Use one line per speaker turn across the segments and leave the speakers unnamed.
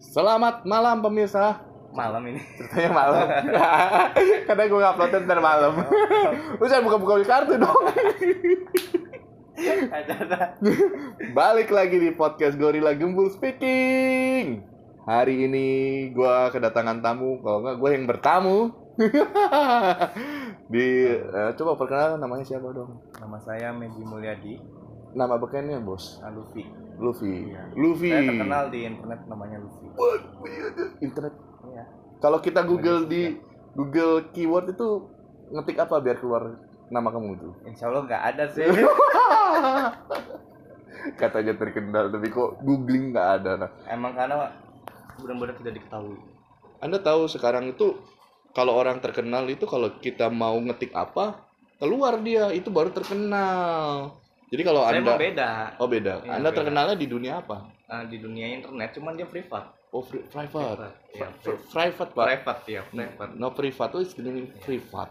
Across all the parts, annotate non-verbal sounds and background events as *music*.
Selamat malam pemirsa.
malam
*laughs*
ini
Ceritanya
*laughs*
malam. Karena gue nguploadnya ntar malam. Lu jangan buka-buka di kartu dong.
acara
Balik lagi di podcast Gorilla Gembul Speaking. Hari ini gue kedatangan tamu. Kalau nggak gue yang bertamu. *laughs* di eh, coba perkenalan namanya siapa dong?
nama saya Megi Mulyadi
Nama bekennya bos.
ah, Luffy
Luffy.
Iya.
Luffy.
saya terkenal di internet namanya Luffy
Internet.
Iya.
Kalau kita Google di Google keyword itu ngetik apa biar keluar nama kamu itu?
Insya Allah nggak ada sih
katanya terkenal tapi kok googling nggak ada nah
*laughs* emang karena benar-benar tidak diketahui
anda tahu sekarang itu kalau orang terkenal itu kalau kita mau ngetik apa keluar dia itu baru terkenal jadi kalau
saya
anda
emang beda
oh beda
Iya,
anda
beda.
terkenalnya di dunia apa
eh, di dunia internet cuman dia privat
oh pri- private
Iya,
Pri- private pak
privat ya privat
no privat oh it's gonna be privat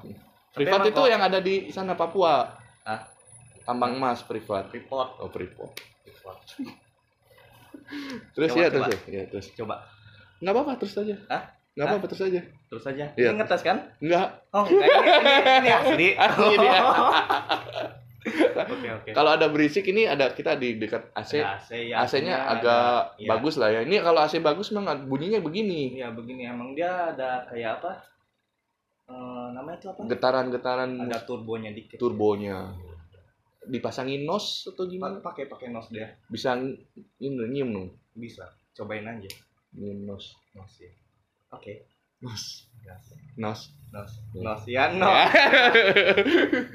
privat
emang
itu
kok-
yang ada di sana Papua
ah
tambang emas privat
report
oh privat
Privat.
terus
Coba,
ya
coba.
terus ya, ya terus
coba
nggak apa-apa terus aja
Hah?
nggak apa-apa terus aja
terus aja
Iya.
ini ngetes kan
nggak
oh enggak, ini, ini, ini asli
*laughs* Asli dia.
*laughs* oke oke
Kalau ada berisik ini ada kita di dekat AC.
Ada AC ya,
AC-nya
ada-
agak
iya.
bagus lah ya. Ini kalau AC bagus memang bunyinya begini.
Iya begini emang dia ada kayak apa? Eh, namanya itu apa?
Getaran-getaran
Ada turbonya dikit. ya.
turbonya. Dipasangin nos atau gimana?
Pa- Pakai pakai nos dia
Bisa ng- ini nyium dong.
bisa. Cobain aja
Nyium nos.
nos ya. Oke.
Nos.
Nos.
Nos.
Nos.
Ya.
Nos ya
Ya.
nos.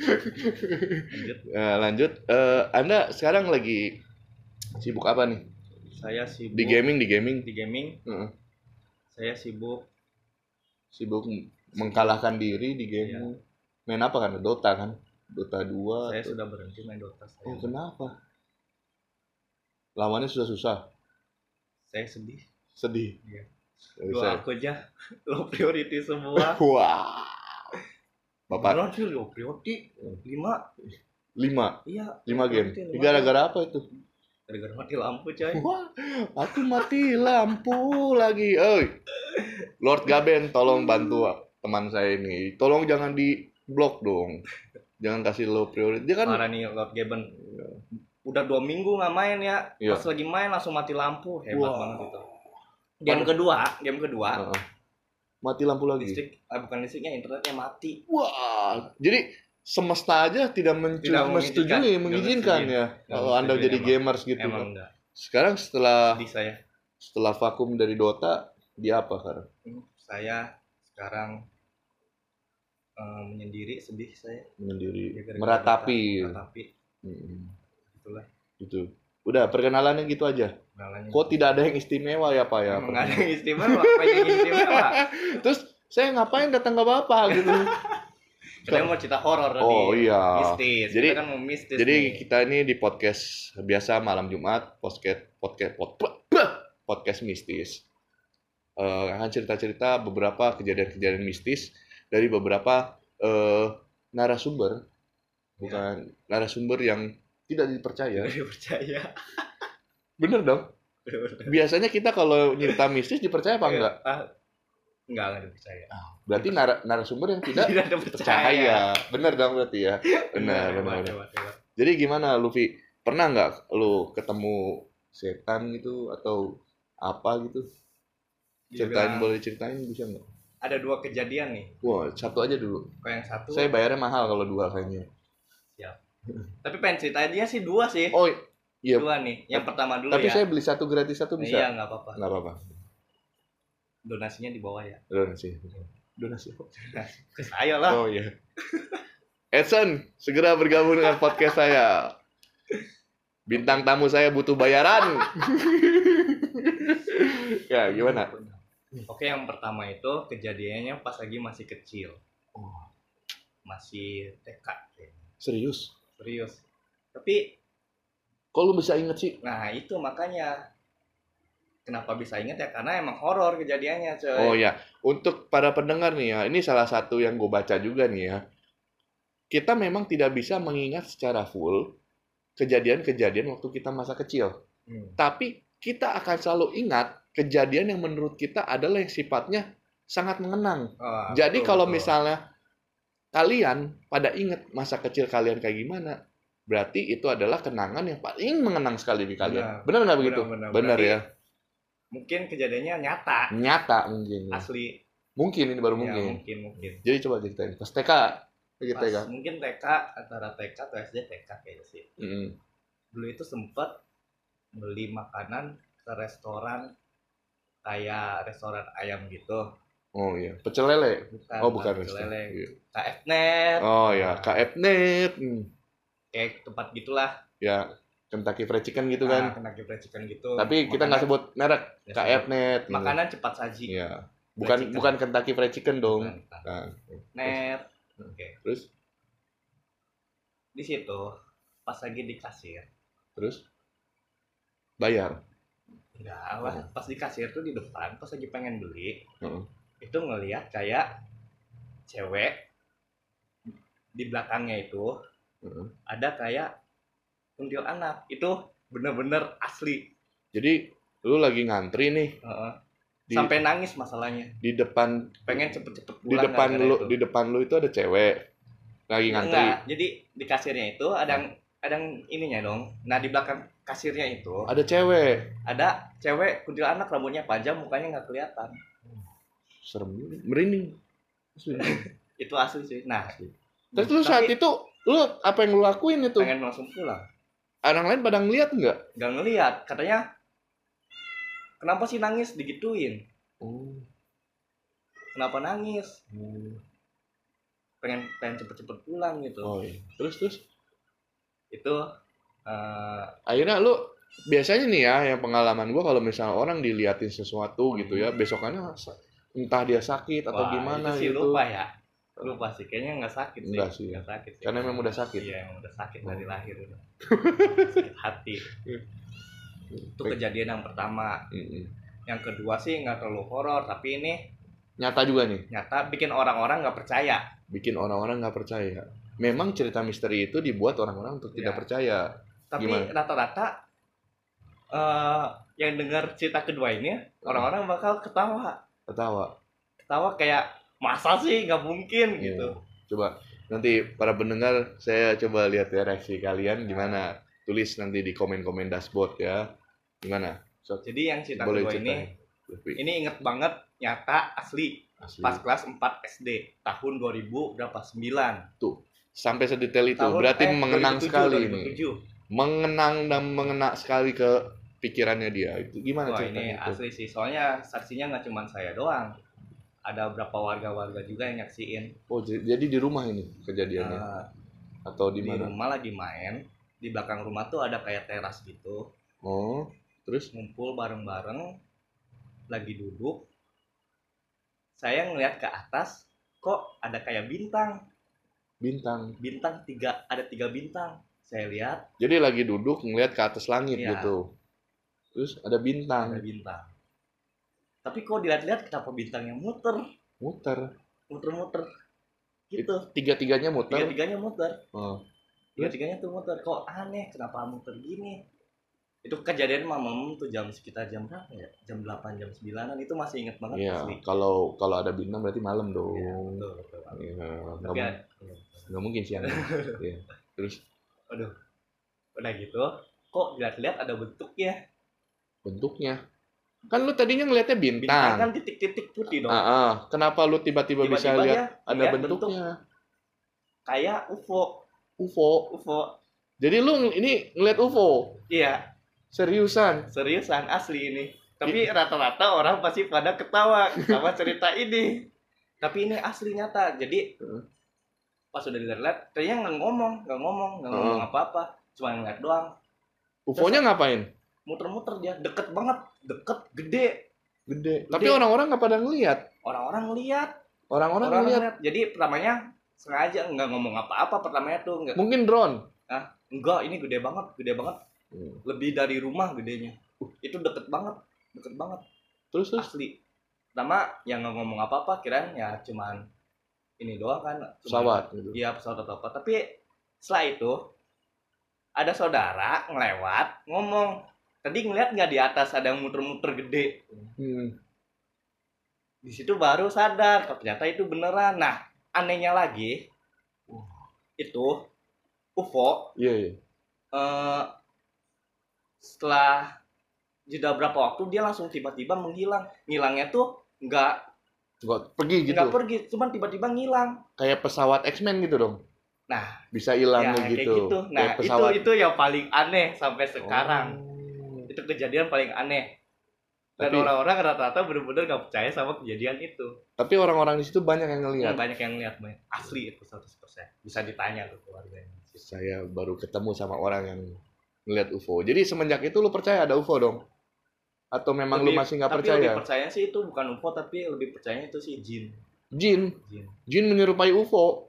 Lanjut.
Eh, lanjut Eh, Anda sekarang lagi sibuk apa nih?
Saya sibuk
Di gaming, di gaming.
Di gaming.
Heeh.
Saya sibuk
Sibuk m- mengkalahkan diri di gaming. Main apa kan? Dota kan? Dota 2.
saya
atau-
sudah berhenti main Dota saya.
Oh, kenapa? Lawannya susah-susah,
Saya sedih.
sedih.
Iya.
Nggak bisa.
Dua aku aja *laughs* low priority semua.
Wah. Bapak
Beneran sih low priority. Lima.
lima,
Iya.
lima game. Ini
Lima game.
Gara-gara apa itu?
Gara-gara mati lampu coy.
Wah, aku mati lampu lagi. Oi. Lord Gaben, tolong bantu teman saya ini. Tolong jangan di blok dong. Jangan kasih low priority. Dia kan Ya.
Parah nih Lord Gaben. Udah dua minggu nggak main ya.
Iya.
Pas lagi main langsung mati lampu. Hebat
Wow.
banget itu. Game kedua, game kedua.
Heeh. mati lampu lagi.
Listrik, eh, bukan listriknya, internetnya mati.
Wah, jadi semesta aja tidak, mencu-
Tidak mengizinkan.
menyetujui,
Tidak
mengizinkan
mensetujui.
ya. Kalau Anda
mensetujui,
jadi
emang.
gamers gitu. Ah. kan.
Emang enggak.
Sekarang setelah
Sedih saya.
setelah vakum dari Dota, dia apa sekarang?
Hmm, Saya sekarang eh, menyendiri, sedih saya. Ya,
Menyendiri,
gara-gara
meratapi.
Dota. Meratapi.
Mm-mm.
Itulah.
Gitu. Udah, perkenalannya gitu aja.
Kenalannya.
Kok tidak ada yang istimewa ya, Pak ya?
Emang Hmm. nggak ada yang istimewa, apa yang istimewa?
Terus saya ngapain datang ke Bapak
*laughs*
gitu.
Kita mau cerita horor tadi.
Oh iya.
Mistis.
Jadi-
kita kan mau mistis.
Jadi
nih.
kita ini di podcast biasa malam Jumat, podcast podcast pod- pod- podcast mistis. Eh, akan cerita-cerita beberapa kejadian-kejadian mistis dari beberapa eh, narasumber, bukan narasumber yang tidak
*laughs*
dipercaya.
Udah percaya.
Bener dong. Biasanya kita kalau cerita mistis dipercaya apa enggak?
Ah, enggak, enggak ada percaya.
Berarti nara- narasumber yang
*laughs*
tidak
Tidak ada percaya.
percaya. Bener dong berarti ya. Benar,
Hebat,
benar. benar.
hebat, hebat.
Jadi gimana Luffy? Pernah nggak lu ketemu setan gitu atau apa gitu?
Dia
Ceritain
bilang,
boleh ceritain bisa nggak?
ada dua kejadian nih.
Wah satu aja dulu.
Kalau yang satu,
Saya bayarnya mahal kalau dua kayaknya.
tapi pengen ceritain dia sih dua sih.
Oh iya.
Dua nih. Yang pertama dulu
Tapi
ya.
saya beli satu gratis satu
Nah,
bisa.
Iya, enggak apa-apa.
Nggak apa-apa.
Donasinya di bawah ya.
Donasi. Donasi.
Ayo lah.
Oh
*laughs*
iya. Edson segera bergabung dengan podcast saya. Bintang tamu saya butuh
*laughs*
bayaran. ya gimana?
Hmm. Oke, yang pertama itu kejadiannya pas lagi masih kecil.
Oh,
Masih TK. kayaknya.
serius?
Serius. Tapi,
Kok lu bisa inget sih?
nah itu makanya. Kenapa bisa inget ya? Karena emang horor
iya.
kejadiannya, coy.
Oh ya, untuk para pendengar nih ya, ini salah satu yang gue baca juga nih ya. kita memang tidak bisa mengingat secara full kejadian-kejadian waktu kita masa kecil.
Hmm.
Tapi kita akan selalu ingat kejadian yang menurut kita adalah yang sifatnya sangat mengenang.
Ah,
Jadi
betul,
kalau
betul.
misalnya kalian pada ingat masa kecil kalian kayak gimana, berarti itu adalah kenangan yang paling mengenang sekali di kalian.
Benar.
Benar nggak begitu?
Benar, benar.
Benar
Berarti
ya.
mungkin kejadiannya nyata
Nyata mungkin. ya.
asli
Mungkin ini baru
mungkin ya,
mungkin.
mungkin mungkin
Jadi coba ceritain. Pas TK, lagi
Pas
TK.
mungkin TK antara TK atau SD TK kayaknya sih ya.
Mm-mm.
dulu itu sempet beli makanan ke restoran kayak restoran ayam gitu
Oh iya, pecel lele.
bukan
oh bukan.
bakso Kan, lele
Iya.
KF Net
Oh ya, KFnet. Hmm.
kayak tempat gitulah
Ya, Kentucky Fried Chicken gitu
kan
kan.
kena chicken gitu
Tapi kita nggak
Makanan-
sebut merek
ya,
KFnet. gitu.
makanan cepat saji
Iya. Bukan
Chicken.
bukan Kentucky Fried Chicken dong.
Bukan, bukan.
Nah,
net
Hmm.
oke
terus
di situ pas lagi di kasir
terus bayar.
enggak
Hmm.
lah pas di kasir tuh di depan pas lagi pengen beli
Heeh.
itu ngelihat kayak cewek di belakangnya itu
Heeh.
ada kayak kuntil anak itu bener-bener asli
Jadi lu lagi ngantri nih
Heeh.
di
sampai nangis masalahnya
di depan
pengen cepet-cepet
di
pulang
depan
gara-gara
lu
itu.
di depan lu itu ada cewek lagi ngantri.
Enggak, jadi di kasirnya itu ada yang ada yang ininya dong nah di belakang kasirnya itu
Ada cewek.
ada cewek kuntilanak rambutnya panjang mukanya nggak kelihatan
Serem merinding.
itu asli sih nah
Terus lu saat
tapi
itu lu apa yang lu lakuin itu?
pengen langsung pulang
Orang lain pada ngeliat nggak?
nggak ngelihat katanya kenapa sih nangis digituin
Oh.
kenapa nangis pengen pengen cepet-cepet pulang gitu
Oh iya. Terus terus
itu eh,
akhirnya lu biasanya nih ya yang pengalaman gua kalau misalnya orang diliatin sesuatu gitu ya besokannya sa- entah dia sakit atau
wah,
gimana
itu sih
gitu.
lupa ya lupa sih kayaknya nggak sakit sih
Nggak sih.
Nggak sakit sih.
Karena memang udah sakit.
iya emang udah sakit dari
Oh.
lahir
*laughs*
udah sakit hati itu kejadian yang pertama
Mm-mm.
yang kedua sih nggak terlalu horor tapi ini
Nyata juga nih
nyata bikin orang-orang nggak percaya
bikin orang-orang nggak percaya. Memang cerita misteri itu dibuat orang-orang untuk tidak
Ya.
percaya.
tapi
Gimana?
rata-rata eh, yang dengar cerita kedua ini orang-orang bakal ketawa
Ketawa.
ketawa kayak masa sih nggak mungkin
Iya.
gitu
Coba nanti para pendengar saya coba lihat ya reaksi kalian gimana. Tulis nanti di komen-komen dashboard ya. Gimana? So,
jadi yang cerita
boleh
kedua ini
ceritain. Iya. Lebih
ini inget banget nyata asli
asli.
pas kelas 4 SD tahun 2000 berapa 9
Sampai sedetail itu.
tahun
Berarti
eh,
mengenang
2007,
sekali ini.
2007.
mengenang dan mengena sekali ke pikirannya dia itu gimana
Wah ini
ceritanya itu?
asli sih soalnya saksinya nggak cuma saya doang ada berapa warga-warga juga yang nyaksiin
oh j- jadi di rumah ini kejadiannya
Eh,
atau di
di
mana
rumah lagi main di belakang rumah tuh ada kayak teras gitu
oh terus
ngumpul bareng-bareng lagi duduk saya ngeliat ke atas kok ada kayak bintang
bintang
bintang tiga ada tiga bintang saya lihat
jadi lagi duduk ngeliat ke atas langit
Iya.
gitu terus ada
ada
bintang
bintang tapi kok dilihat-lihat kenapa bintangnya muter
muter
muter-muter gitu
tiga tiganya muter
tiga-tiganya muter
Oh.
tiga-tiganya tuh muter kok aneh kenapa muter gini itu kejadian mamam tuh jam sekitar jam berapa ya jam 8 jam 9an itu masih inget banget
Iya,
asli
kalau kalau ada bintang berarti malam dong.
Iya, betul, betul.
Iya, nggak
Tapi,
mungkin-
ya,
nggak mungkin siang.
*laughs*
Iya. Terus
udah gitu kok dilihat-lihat ada bentuknya
bentuknya, kan lu tadinya ngeliatnya bintang.
bintang kan titik-titik putih dong
Ah, ah. kenapa lu tiba-tiba,
tiba-tiba ya,
bisa
dia
lihat ada
ngeliat
bentuknya?
kayak UFO
UFO.
UFO
Jadi lu ng- ini ngeliat UFO
iya
seriusan.
seriusan asli ini tapi
Iya.
rata-rata orang pasti pada ketawa sama cerita ini tapi ini asli nyata jadi
Heeh.
pas udah dilihat ternyata nggak ngomong nggak ngomong nggak
Heeh.
ngomong apa-apa cuma ngeliat doang
UFO-nya ngapain?
muter-muter dia deket banget deket gede
Gede. Tapi orang-orang nggak pada ngeliat.
orang-orang lihat
Orang-orang
orang
ngeliat.
lihat jadi pertamanya sengaja nggak ngomong apa-apa pertamanya tuh nggak
Mungkin drone.
enggak ini gede banget gede banget
Hmm.
lebih dari rumah gedenya itu deket banget deket banget Ah,
Terus terus.
asli pertama yang nggak ngomong apa-apa kirain ya cuman ini doang kan cuma-
pesawat gitu.
iya pesawat atau apa tapi setelah itu ada saudara ngelewat ngomong tadi ngeliat nggak di atas ada yang muter-muter gede Iya.
Hmm.
di situ baru sadar kalau ternyata itu beneran nah anehnya lagi itu UFO
Iya, iya.
eh setelah jeda berapa waktu dia langsung tiba-tiba menghilang ngilangnya tuh nggak
Nggak pergi gitu.
nggak pergi cuman tiba-tiba ngilang
Kayak pesawat X-Men gitu dong.
Nah.
bisa
ya
hilang
kayak
gitu.
gitu nah
Kayak
itu
pesawat.
itu yang paling aneh sampai sekarang
Oh.
itu kejadian paling aneh dan
Tapi,
orang-orang rata-rata bener-bener nggak percaya sama kejadian itu
tapi orang-orang di situ banyak yang ngelihat.
banyak yang lihat banyak asli itu 100% bisa ditanya ke keluarganya
Saya baru ketemu sama orang yang ngelihat UFO. Jadi semenjak itu lu percaya ada UFO dong? Atau memang lu
Lebih-
masih nggak
tapi lebih
percaya?
percaya sih itu bukan UFO tapi lebih percaya itu sih jin
Jin,
jin
jin menyerupai UFO.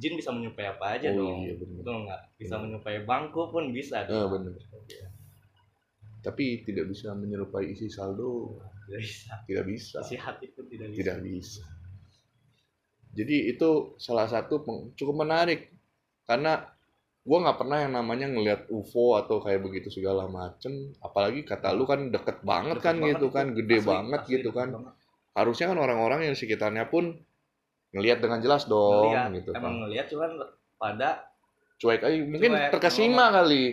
jin bisa menyupai apa aja
oh
dong
iya benar.
Betul nggak? Bisa
Iya.
menyupai bangku pun bisa.
Eh, benar. Tapi tidak bisa menyerupai isi saldo,
Tidak bisa.
tidak bisa.
Isi hati pun tidak bisa.
Iya. tidak bisa. Jadi itu salah satu peng- cukup menarik karena gua nggak pernah yang namanya ngelihat UFO atau kayak begitu segala macem. Apalagi kata lu kan deket banget
Deket
kan
banget
gitu
itu.
kan, gede
Asli,
banget
asli
gitu
deket
kan.
banget.
Harusnya kan orang-orang yang di sekitarnya pun ngelihat dengan jelas dong
Ngeliat,
gitu
emang
kan.
ngeliat cuman pada
Cuek aja, mungkin
Cuek, Iya.
terkesima kali.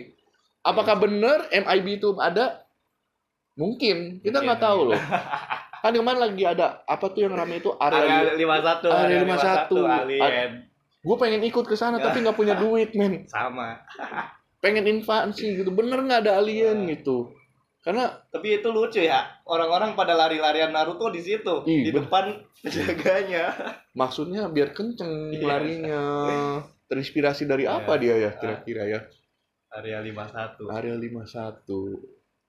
Apakah bener MIB itu ada? Mungkin, kita
Mungkin,
nggak tahu loh. Kan kemarin lagi ada apa tuh yang rame itu area
area 51,
Area
area
51,
51 alien
gue pengen ikut ke sana tapi nggak punya duit men
sama.
pengen invasi gitu bener nggak ada alien
Ya.
gitu karena
Tapi itu lucu ya. Orang-orang pada lari-larian Naruto di situ,
Ih,
di
bener.
depan *laughs* penjaganya.
maksudnya biar kenceng
Iya.
larinya terinspirasi dari
Ya.
apa dia ya kira-kira ya
Area 51.
area 51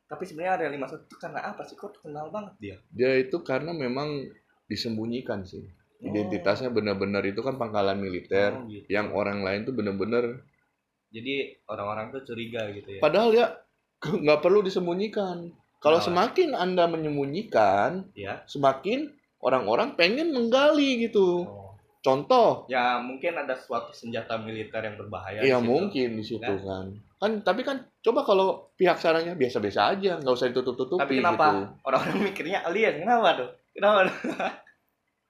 Tapi sebenarnya area 51 itu karena apa sih? Kok terkenal banget dia?
dia itu karena memang disembunyikan sih identitasnya benar-benar itu kan pangkalan militer
Oh, gitu.
yang orang lain tuh bener-bener
Jadi orang-orang tuh curiga gitu ya.
padahal ya nggak perlu disembunyikan kalau
Nah.
semakin anda menyembunyikan
Ya.
semakin orang-orang pengen menggali gitu
Oh.
contoh
Ya mungkin ada suatu senjata militer yang berbahaya. Ya, di
Iya
situ. Nah.
mungkin di situ kan. Kan tapi kan coba kalau pihak sarangnya biasa-biasa aja, nggak usah ditutup-tutupi
Tapi kenapa
gitu.
orang-orang mikirnya alien? Kenapa tuh? Kenapa? tuh?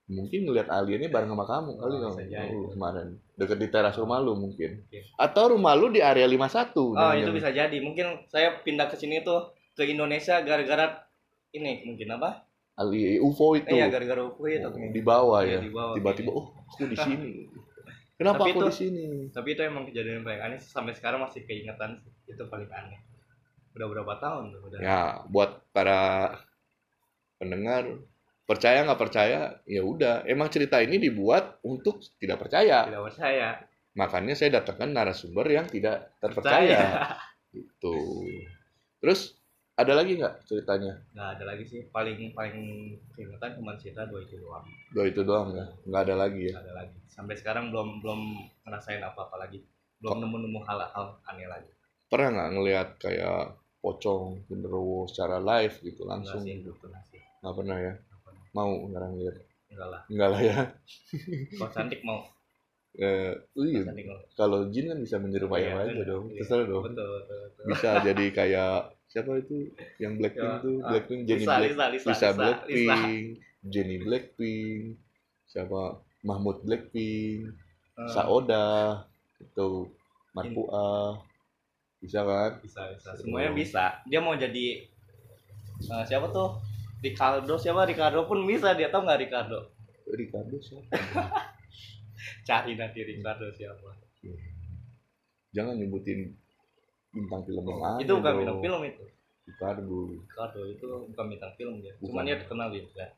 Mungkin ngelihat aliennya bareng sama kamu kali
Oh,
oh,
bisa jadi.
kemarin. Deket di teras rumah lu mungkin.
Oke.
Atau rumah lu di area 51.
Oh
namanya.
itu bisa jadi. Mungkin saya pindah ke sini tuh ke Indonesia gara-gara ini mungkin apa?
Ali- UFO itu.
Eh, ya gara-gara UFO itu.
di bawah
Iya,
ya.
di bawah.
Tiba-tiba oh, aku
*laughs*
di sini. Kenapa
Tapi
aku
itu-
di sini?
Tapi itu emang kejadian paling aneh sih. sampai sekarang masih keingetan sih. Itu paling aneh. Udah berapa tahun tuh? Udah.
Ya, buat para pendengar percaya nggak percaya ya udah emang cerita ini dibuat untuk tidak percaya
Tidak percaya.
makanya saya datangkan narasumber yang tidak terpercaya gitu terus ada lagi nggak ceritanya
*laughs* Nggak ada lagi sih. Paling paling keingetan cuma cerita dua itu doang.
dua itu doang ya nggak ada lagi ya
Nggak ada lagi. Sampai sekarang belum belum ngerasain apa-apa lagi. Belum nemu-nemu hal-hal aneh lagi.
pernah nggak ngelihat kayak pocong genderuwo secara live gitu langsung
Enggak sih, belum pernah sih.
nggak pernah ya
Nggak pernah.
mau ngarang lihat
Enggak lah.
nggak lah ya
Kalau cantik mau,
eh *laughs* iya,
cantik mau.
kalau jin kan bisa menyerupai
Iya,
apa aja
benar.
dong
Iya.
terserah dong
Betul, betul, betul.
bisa jadi kayak siapa itu yang blackpink
Ya,
tuh
ah,
blackpink Jennie
Lisa,
Black
Lisa, Lisa,
Lisa
Lisa, Lisa.
Blackpink, Jenny Blackpink, siapa Mahmud Blackpink,
Eh,
Saoda, itu Marpua, bisa kan?
bisa, bisa. Semuanya bisa. Dia mau jadi eh, siapa tuh? Ricardo siapa Ricardo pun bisa dia tau nggak Ricardo
Ricardo siapa?
cari nanti Ricardo siapa
Jangan nyebutin bintang film yang lain
itu bukan
dong.
bintang film itu
Ricardo.
Ricardo itu bukan bintang film dia
Bukan.
cuman dia terkenal gitu ya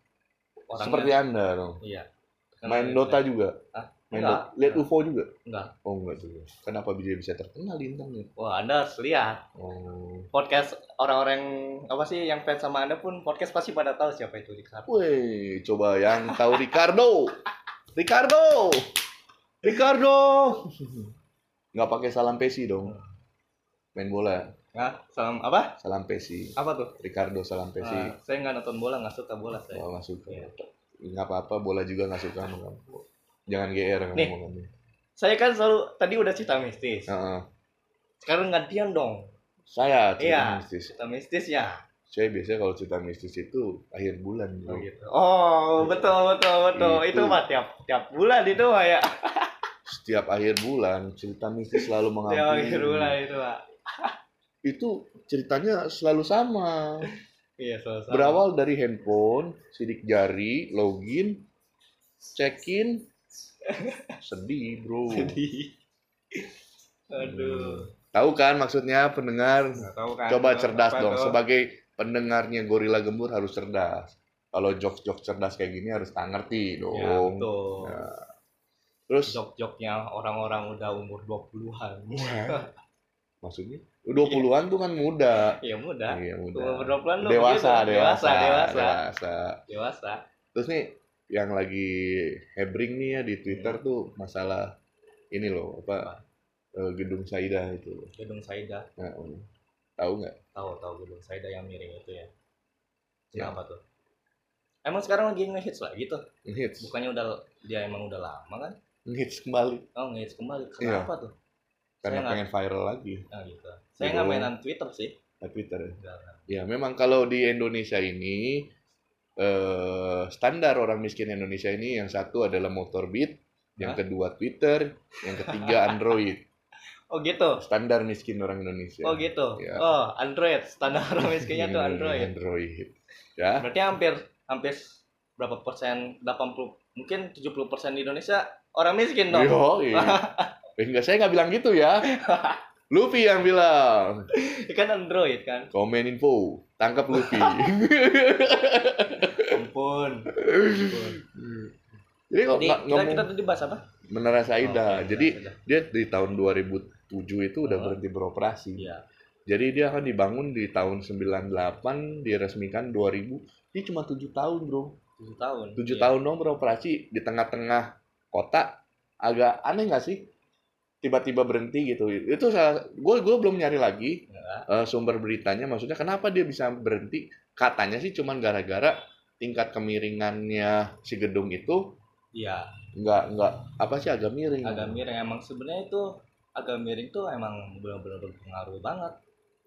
orangnya
Seperti anda dong.
iya Terkenal
Main
di
Dota
internet.
juga.
Hah?
Main
Enggak.
Dota. Lihat UFO juga.
Enggak.
Oh enggak juga. Kenapa bisa bisa terkenal di internet?
wah anda harus lihat
Oh.
podcast orang-orang yang- apa sih yang fans sama anda pun podcast pasti pada tahu siapa itu Ricardo
Woi, coba yang tahu
*laughs*
Ricardo. Ricardo. Ricardo. Nggak pakai salam pesi dong.
Hmm.
Main bola,
Nah, salam apa?
salam pesi.
Apa tuh?
Ricardo salam pesi.
Ah, saya nggak nonton bola, nggak suka bola saya.
Oh, nggak suka.
Gitu ya. Iya.
Nggak apa-apa, bola juga nggak suka. sama kamu. Jangan GR
Nih.
ngomongannya.
Saya kan selalu tadi udah cerita mistis.
Heeh.
Sekarang gantian dong.
Saya cerita
Iya.
mistis.
Cerita mistis ya.
Saya biasanya kalau cerita mistis itu akhir bulan.
Oh,
bro.
gitu. Oh, betul betul betul. Itu,
Itu.
mah tiap tiap bulan itu mah
Iya,
ya.
Setiap akhir bulan cerita mistis selalu
Tiap
mengampuni.
akhir bulan itu mah.
Itu ceritanya selalu sama.
Iya, selesai.
Berawal dari handphone, sidik jari, login,
*laughs*
check-in. Sedih, bro.
Sedih. *laughs* Aduh.
Tahu kan maksudnya pendengar?
Nggak tahu kan.
Iya. Coba
Nggak
cerdas
apa
dong.
tuh.
Sebagai pendengarnya Gorila Gembur harus cerdas. Kalau jokes-jokes cerdas kayak gini harus tak ngerti dong.
Ya, betul.
Ya. Terus
Jok-joknya orang-orang udah umur 20-an.
*laughs* maksudnya 20-an tuh kan muda.
*laughs* ya muda.
Iya,
Umur
muda.
20-an lu
Dewasa,
begitu.
dewasa,
gitu. dewasa, dewasa.
dewasa.
Dewasa.
Terus nih yang lagi hebring nih ya di Twitter
Iya.
tuh masalah ini loh apa eh, gedung Saida itu. loh.
Gedung Saida.
Nah, um, tahu nggak?
Tahu tahu Gedung Saida yang miring itu ya.
Ya.
Kenapa tuh? Emang sekarang lagi ngehits lagi tuh.
Hits,
Bukannya udah dia emang udah lama kan?
hits kembali
Oh, ngehits kembali.
Iya.
Kenapa tuh?
karena
nggak-
pengen viral lagi
Nah, gitu. Saya
Di
nggak
bawah.
mainan Twitter sih.
di Twitter.
Nggak, nggak.
Ya memang kalau di Indonesia ini eh, standar orang miskin Indonesia ini yang satu adalah motor beat, yang
Hah?
kedua Twitter, yang
*laughs*
ketiga Android.
Oh, gitu.
Standar miskin orang Indonesia.
Oh, gitu.
Ya.
Oh, Android. Standar *laughs* miskinnya
Iya.
tuh Android.
Android. Ya.
Berarti hampir hampir berapa persen? 80 mungkin 70 persen di Indonesia orang miskin dong.
Yo,
*laughs*
eh, enggak saya nggak bilang gitu ya. Luffy yang bilang.
*laughs* Kan Android kan.
Komen info, tangkap
*laughs*
Luffy.
Ampun.
Jadi kok
Jadi
nggak
kita,
ngomong
kita tadi bahas apa? Oh, iya,
Menara Saida.
Oke,
Jadi
sudah.
dia di tahun 2007 itu udah
Oh.
berhenti beroperasi.
Iya.
Jadi dia akan dibangun di tahun 98, diresmikan 2000. Ini cuma 7 tahun, Bro.
7 tahun.
7
Iya.
tahun dong beroperasi di tengah-tengah kota. Agak aneh nggak sih? Tiba-tiba berhenti gitu. Itu salah gue gue belum nyari lagi eh,
Iya.
sumber beritanya maksudnya kenapa dia bisa berhenti katanya sih cuman gara-gara tingkat kemiringannya si gedung itu
Iya,
nggak nggak apa sih agak miring
agak miring emang sebenarnya itu agak miring tuh emang benar-benar berpengaruh banget.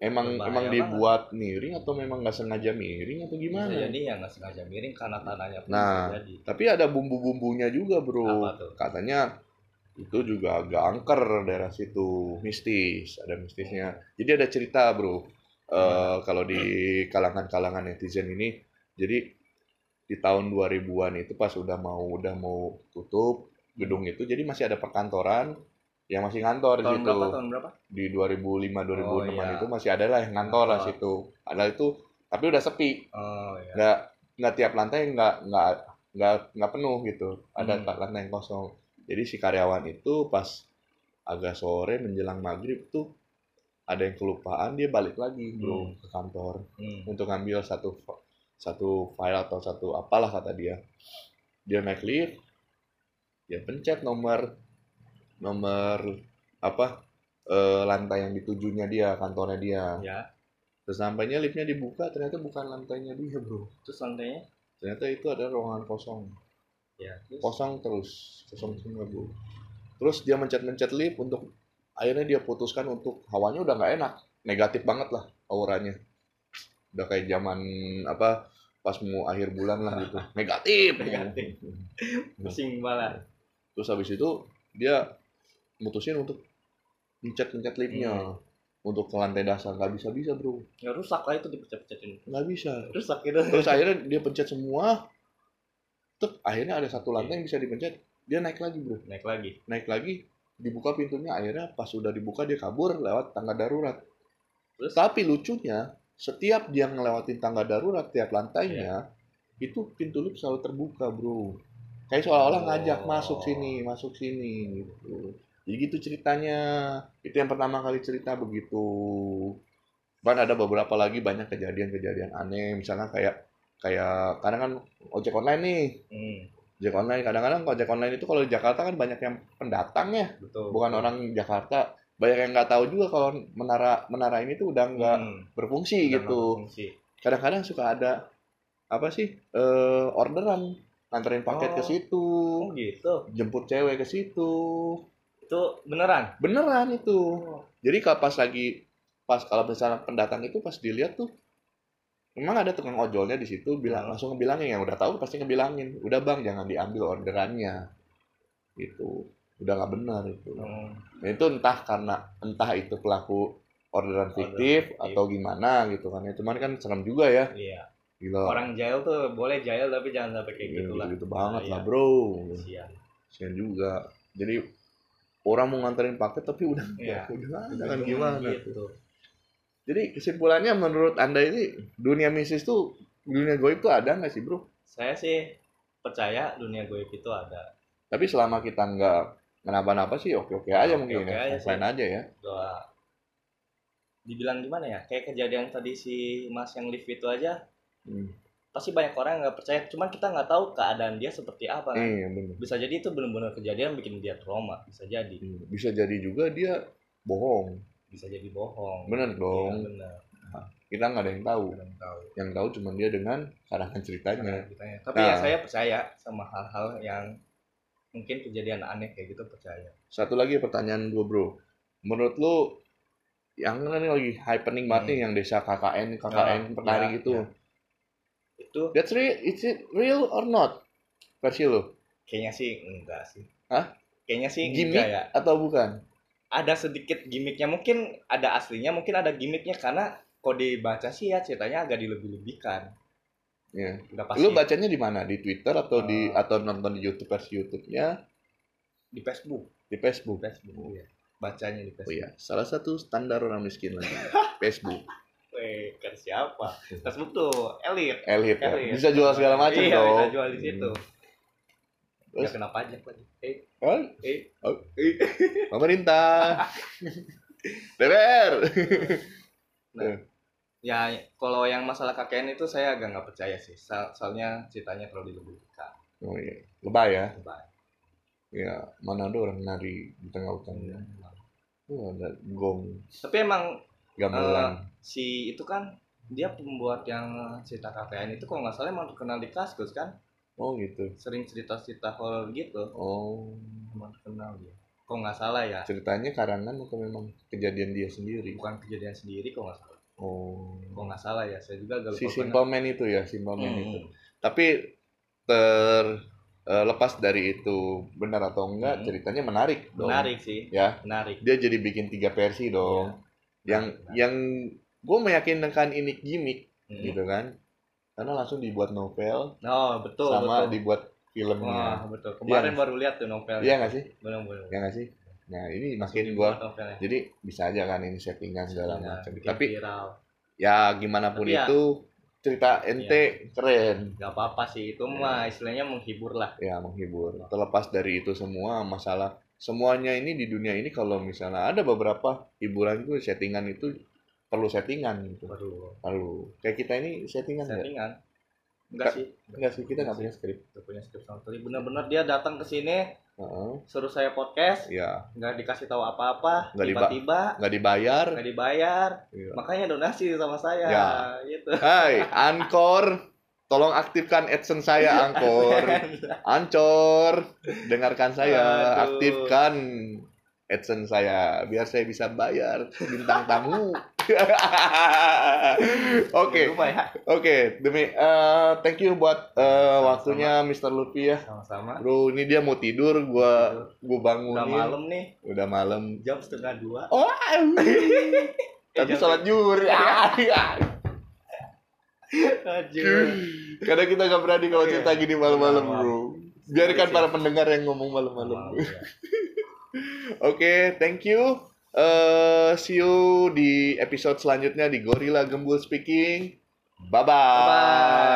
emang
berbahaya
emang
banget.
dibuat miring atau memang nggak sengaja miring atau
Bisa
gimana
jadi ya nggak sengaja miring karena tanahnya pun
Nah. Oh.
bisa jadi.
tapi ada bumbu-bumbunya juga
Apa
bro
tuh?
katanya itu juga agak angker daerah situ mistis ada mistisnya jadi ada cerita bro Eh, kalau di kalangan-kalangan netizen ini jadi di tahun 2000-an itu pas udah mau udah mau tutup gedung itu jadi masih ada perkantoran yang masih ngantor di
Tahun
situ
berapa? Tahun berapa?
di 2005 2006
Oh, iya.
itu masih ada lah yang ngantor lah
Ngantor.
situ ada itu tapi udah sepi
Oh iya.
nggak nggak tiap lantai nggak nggak nggak nggak penuh gitu ada
Hmm.
tak lantai yang kosong jadi si karyawan itu pas agak sore menjelang maghrib tuh ada yang kelupaan dia balik lagi bro ke kantor
Hmm.
untuk ngambil satu satu file atau satu apalah kata dia dia naik lift dia pencet nomor nomor apa eh, lantai yang ditujunya dia kantornya dia
Ya.
terus sampainya liftnya dibuka ternyata bukan lantainya dia bro
Terus lantainya?
ternyata itu ada ruangan kosong
Ya. Terus
kosong terus kosong semua bu terus dia mencet-mencet lift untuk akhirnya dia putuskan untuk hawanya udah nggak enak negatif banget lah auranya udah kayak zaman apa pas mau akhir bulan lah gitu negatif
Negatif. pusing malah.
terus habis itu dia mutusin untuk mencet-mencet liftnya untuk ke lantai dasar nggak bisa bisa bro
Ya rusak lah itu dipecah-pecahin.
nggak bisa
Rusak gitu. itu.
terus akhirnya dia pencet semua Tep, akhirnya ada satu lantai yang bisa dipencet dia naik lagi bro
Naik lagi.
naik lagi dibuka pintunya akhirnya pas sudah dibuka dia kabur lewat tangga darurat
Terus?
tapi lucunya setiap dia ngelewatin tangga darurat tiap
Iya.
lantainya itu pintu lift selalu terbuka bro kayak seolah-olah
Oh.
ngajak masuk sini masuk sini gitu jadi gitu ceritanya itu yang pertama kali cerita begitu Bahkan ada beberapa lagi banyak kejadian-kejadian aneh misalnya kayak kayak kadang kan ojek online nih
Hmm,
ojek online kadang-kadang ojek online itu kalau di Jakarta kan banyak yang pendatang ya
betul.
bukan orang Jakarta banyak yang nggak tahu juga kalau menara menara ini tuh udah nggak
Hmm,
berfungsi
nggak
gitu
berfungsi.
kadang-kadang suka ada apa sih eh orderan anterin paket ke
Oh.
situ,
Oh gitu.
jemput cewek ke situ.
Itu beneran.
Beneran itu.
Oh.
Jadi kalau pas lagi pas kalau misalnya pendatang itu pas dilihat tuh memang ada tukang ojolnya di situ bilang langsung ngebilangin yang udah tahu pasti ngebilangin udah bang jangan diambil orderannya gitu udah nggak benar itu Nah, itu entah karena entah itu pelaku orderan fiktif
fiktif.
atau gimana gitu kan ya cuman kan serem juga ya
Iya.
gila
Orang jahil tuh boleh jahil tapi jangan sampai kayak
gitu,
gitulah.
gitu banget
Iya.
lah bro
Kasihan.
kasian juga jadi orang mau nganterin paket tapi udah
Iya.
udah ada kan
Ujung-ujungnya
gimana
Gitu.
Jadi kesimpulannya menurut Anda ini dunia mistis tuh dunia goib tuh ada nggak sih bro?
Saya sih percaya dunia goib itu ada.
Tapi selama kita nggak kenapa-napa sih oke-oke aja mungkin
Oke-oke
ya,
aja
fine aja ya.
Doa. Dibilang gimana ya? Kayak kejadian tadi si Mas yang lift itu aja
Hmm.
pasti banyak orang yang nggak percaya cuman kita nggak tahu keadaan dia seperti apa kan?
Iya bener.
bisa jadi itu benar-benar kejadian bikin dia trauma bisa jadi
Hmm. Bisa jadi juga dia bohong.
bisa jadi bohong
Bener
Iya,
dong.
bener.
Kita nggak ada yang tahu.
Belum tahu
Yang tahu cuma dia dengan karangan ceritanya.
Nah, ditanya. tapi
Nah.
ya saya percaya sama hal-hal yang mungkin kejadian aneh kayak gitu percaya
Satu lagi pertanyaan gue bro. Menurut lu yang kan ini lagi happening banget
Hmm.
nih yang desa KKN KKN
Ah,
penari
iya,
gitu.
iya. itu
That's real, is it real or not? Versi lu
kayaknya sih enggak sih
Hah?
kayaknya sih
Gimik?
enggak ya
atau bukan?
ada sedikit gimmicknya mungkin ada aslinya mungkin ada gimmicknya karena kalau dibaca sih ya ceritanya agak dilebih-lebihkan
Iya.
udah pasti
Lu bacanya di mana? Di Twitter atau di
Eh.
atau nonton di YouTube versi YouTube-nya,
di Facebook
di
di
Facebook.
Facebook ya. bacanya di
Oh
Facebook
iya, salah satu standar orang miskin
*laughs*
lagi. Facebook,
Weh, kan siapa? Facebook tuh elit.
elit ya.
Elit.
Bisa jual segala macam
iya,
dong.
bisa jual di situ.
Terus?
Ya kena pajak lagi. Eh,
Hmm. Oh,
eh,
Oh.
eh. *laughs*
pemerintah. DPR.
Ya, kalau yang masalah KKN itu saya agak nggak percaya sih. So- soalnya ceritanya terlalu dilebihkan.
Oh iya, lebay ya.
Lebay.
Ya, mana ada orang nari di tengah hutan.
Iya.
ya. Oh, ada gong,
Tapi emang Eh.
gamelan.
si itu kan dia pembuat yang cerita KKN itu kalau nggak salah emang terkenal di Kaskus kan?
Oh gitu.
Sering cerita-cerita horor gitu.
Oh,
Emang terkenal dia. Kalau nggak salah ya.
ceritanya karangan atau memang kejadian dia sendiri?
Bukan kejadian sendiri kalau nggak salah.
Oh.
Kalau nggak salah ya, saya juga agak lupa.
Si
benar.
Simple Man itu ya, Simple Man
Hmm.
itu. tapi terlepas dari itu benar atau enggak
Hmm.
ceritanya menarik dong
Menarik Iya. sih,
ya
menarik.
dia jadi bikin tiga versi dong yang
Menarik.
yang gue meyakinkan ini gimmick
Mm.
gitu kan karena langsung dibuat novel
Oh betul.
sama
betul.
dibuat
Wah
filmnya
betul. Kemarin
Iya.
baru lihat tuh novelnya.
iya nggak sih
Belum belum.
iya nggak sih nah ini makin
Langsung
gue
dibuat novelnya.
jadi bisa aja kan ini settingan segala
Iya,
macam
bikin
tapi
viral.
ya gimana pun
Tapi ya- Iya.
itu cerita ente keren
Gak apa-apa sih itu
Iya.
mah istilahnya menghibur lah.
ya menghibur. Terlepas dari itu semua masalah semuanya ini di dunia ini kalau misalnya ada beberapa hiburan itu settingan itu perlu settingan gitu.
Baru
Perlu. Kayak kita ini settingan Iya, nggak?
settingan. Enggak sih.
Enggak sih, kita nggak punya skrip.
Nggak punya skrip sama sekali. Bener-bener dia datang ke sini
Heeh.
suruh saya podcast,
Ya,
nggak dikasih tahu apa-apa,
Nggak diba-
tiba-tiba
nggak dibayar.
nggak dibayar,
Iya.
makanya donasi sama saya.
Ya.
Gitu.
Hai, Anchor, tolong aktifkan AdSense saya Anchor. Ancor, dengarkan saya,
Aduh.
aktifkan AdSense saya biar saya bisa bayar bintang tamu. *laughs* Oke.
Lumayan.
Oke, demi eh, thank you buat eh,
Sama-sama.
waktunya Mr. Luffy ya.
Sama-sama.
Bro, ini dia mau tidur, gua gua bangunin.
Udah malam nih,
Udah malam.
jam setengah dua.
Oh,
Eh,
tapi
jam-
sholat juri. *laughs*
Aduh.
Iya. Karena kita gak berani kalau
Iya.
cerita gini malam-malam,
Malam.
bro. Biarkan para pendengar yang ngomong malam-malam.
Malam. ya.
Oke, thank you. Eh, see you di episode selanjutnya di Gorilla Gembul Speaking. Bye-bye.
Bye.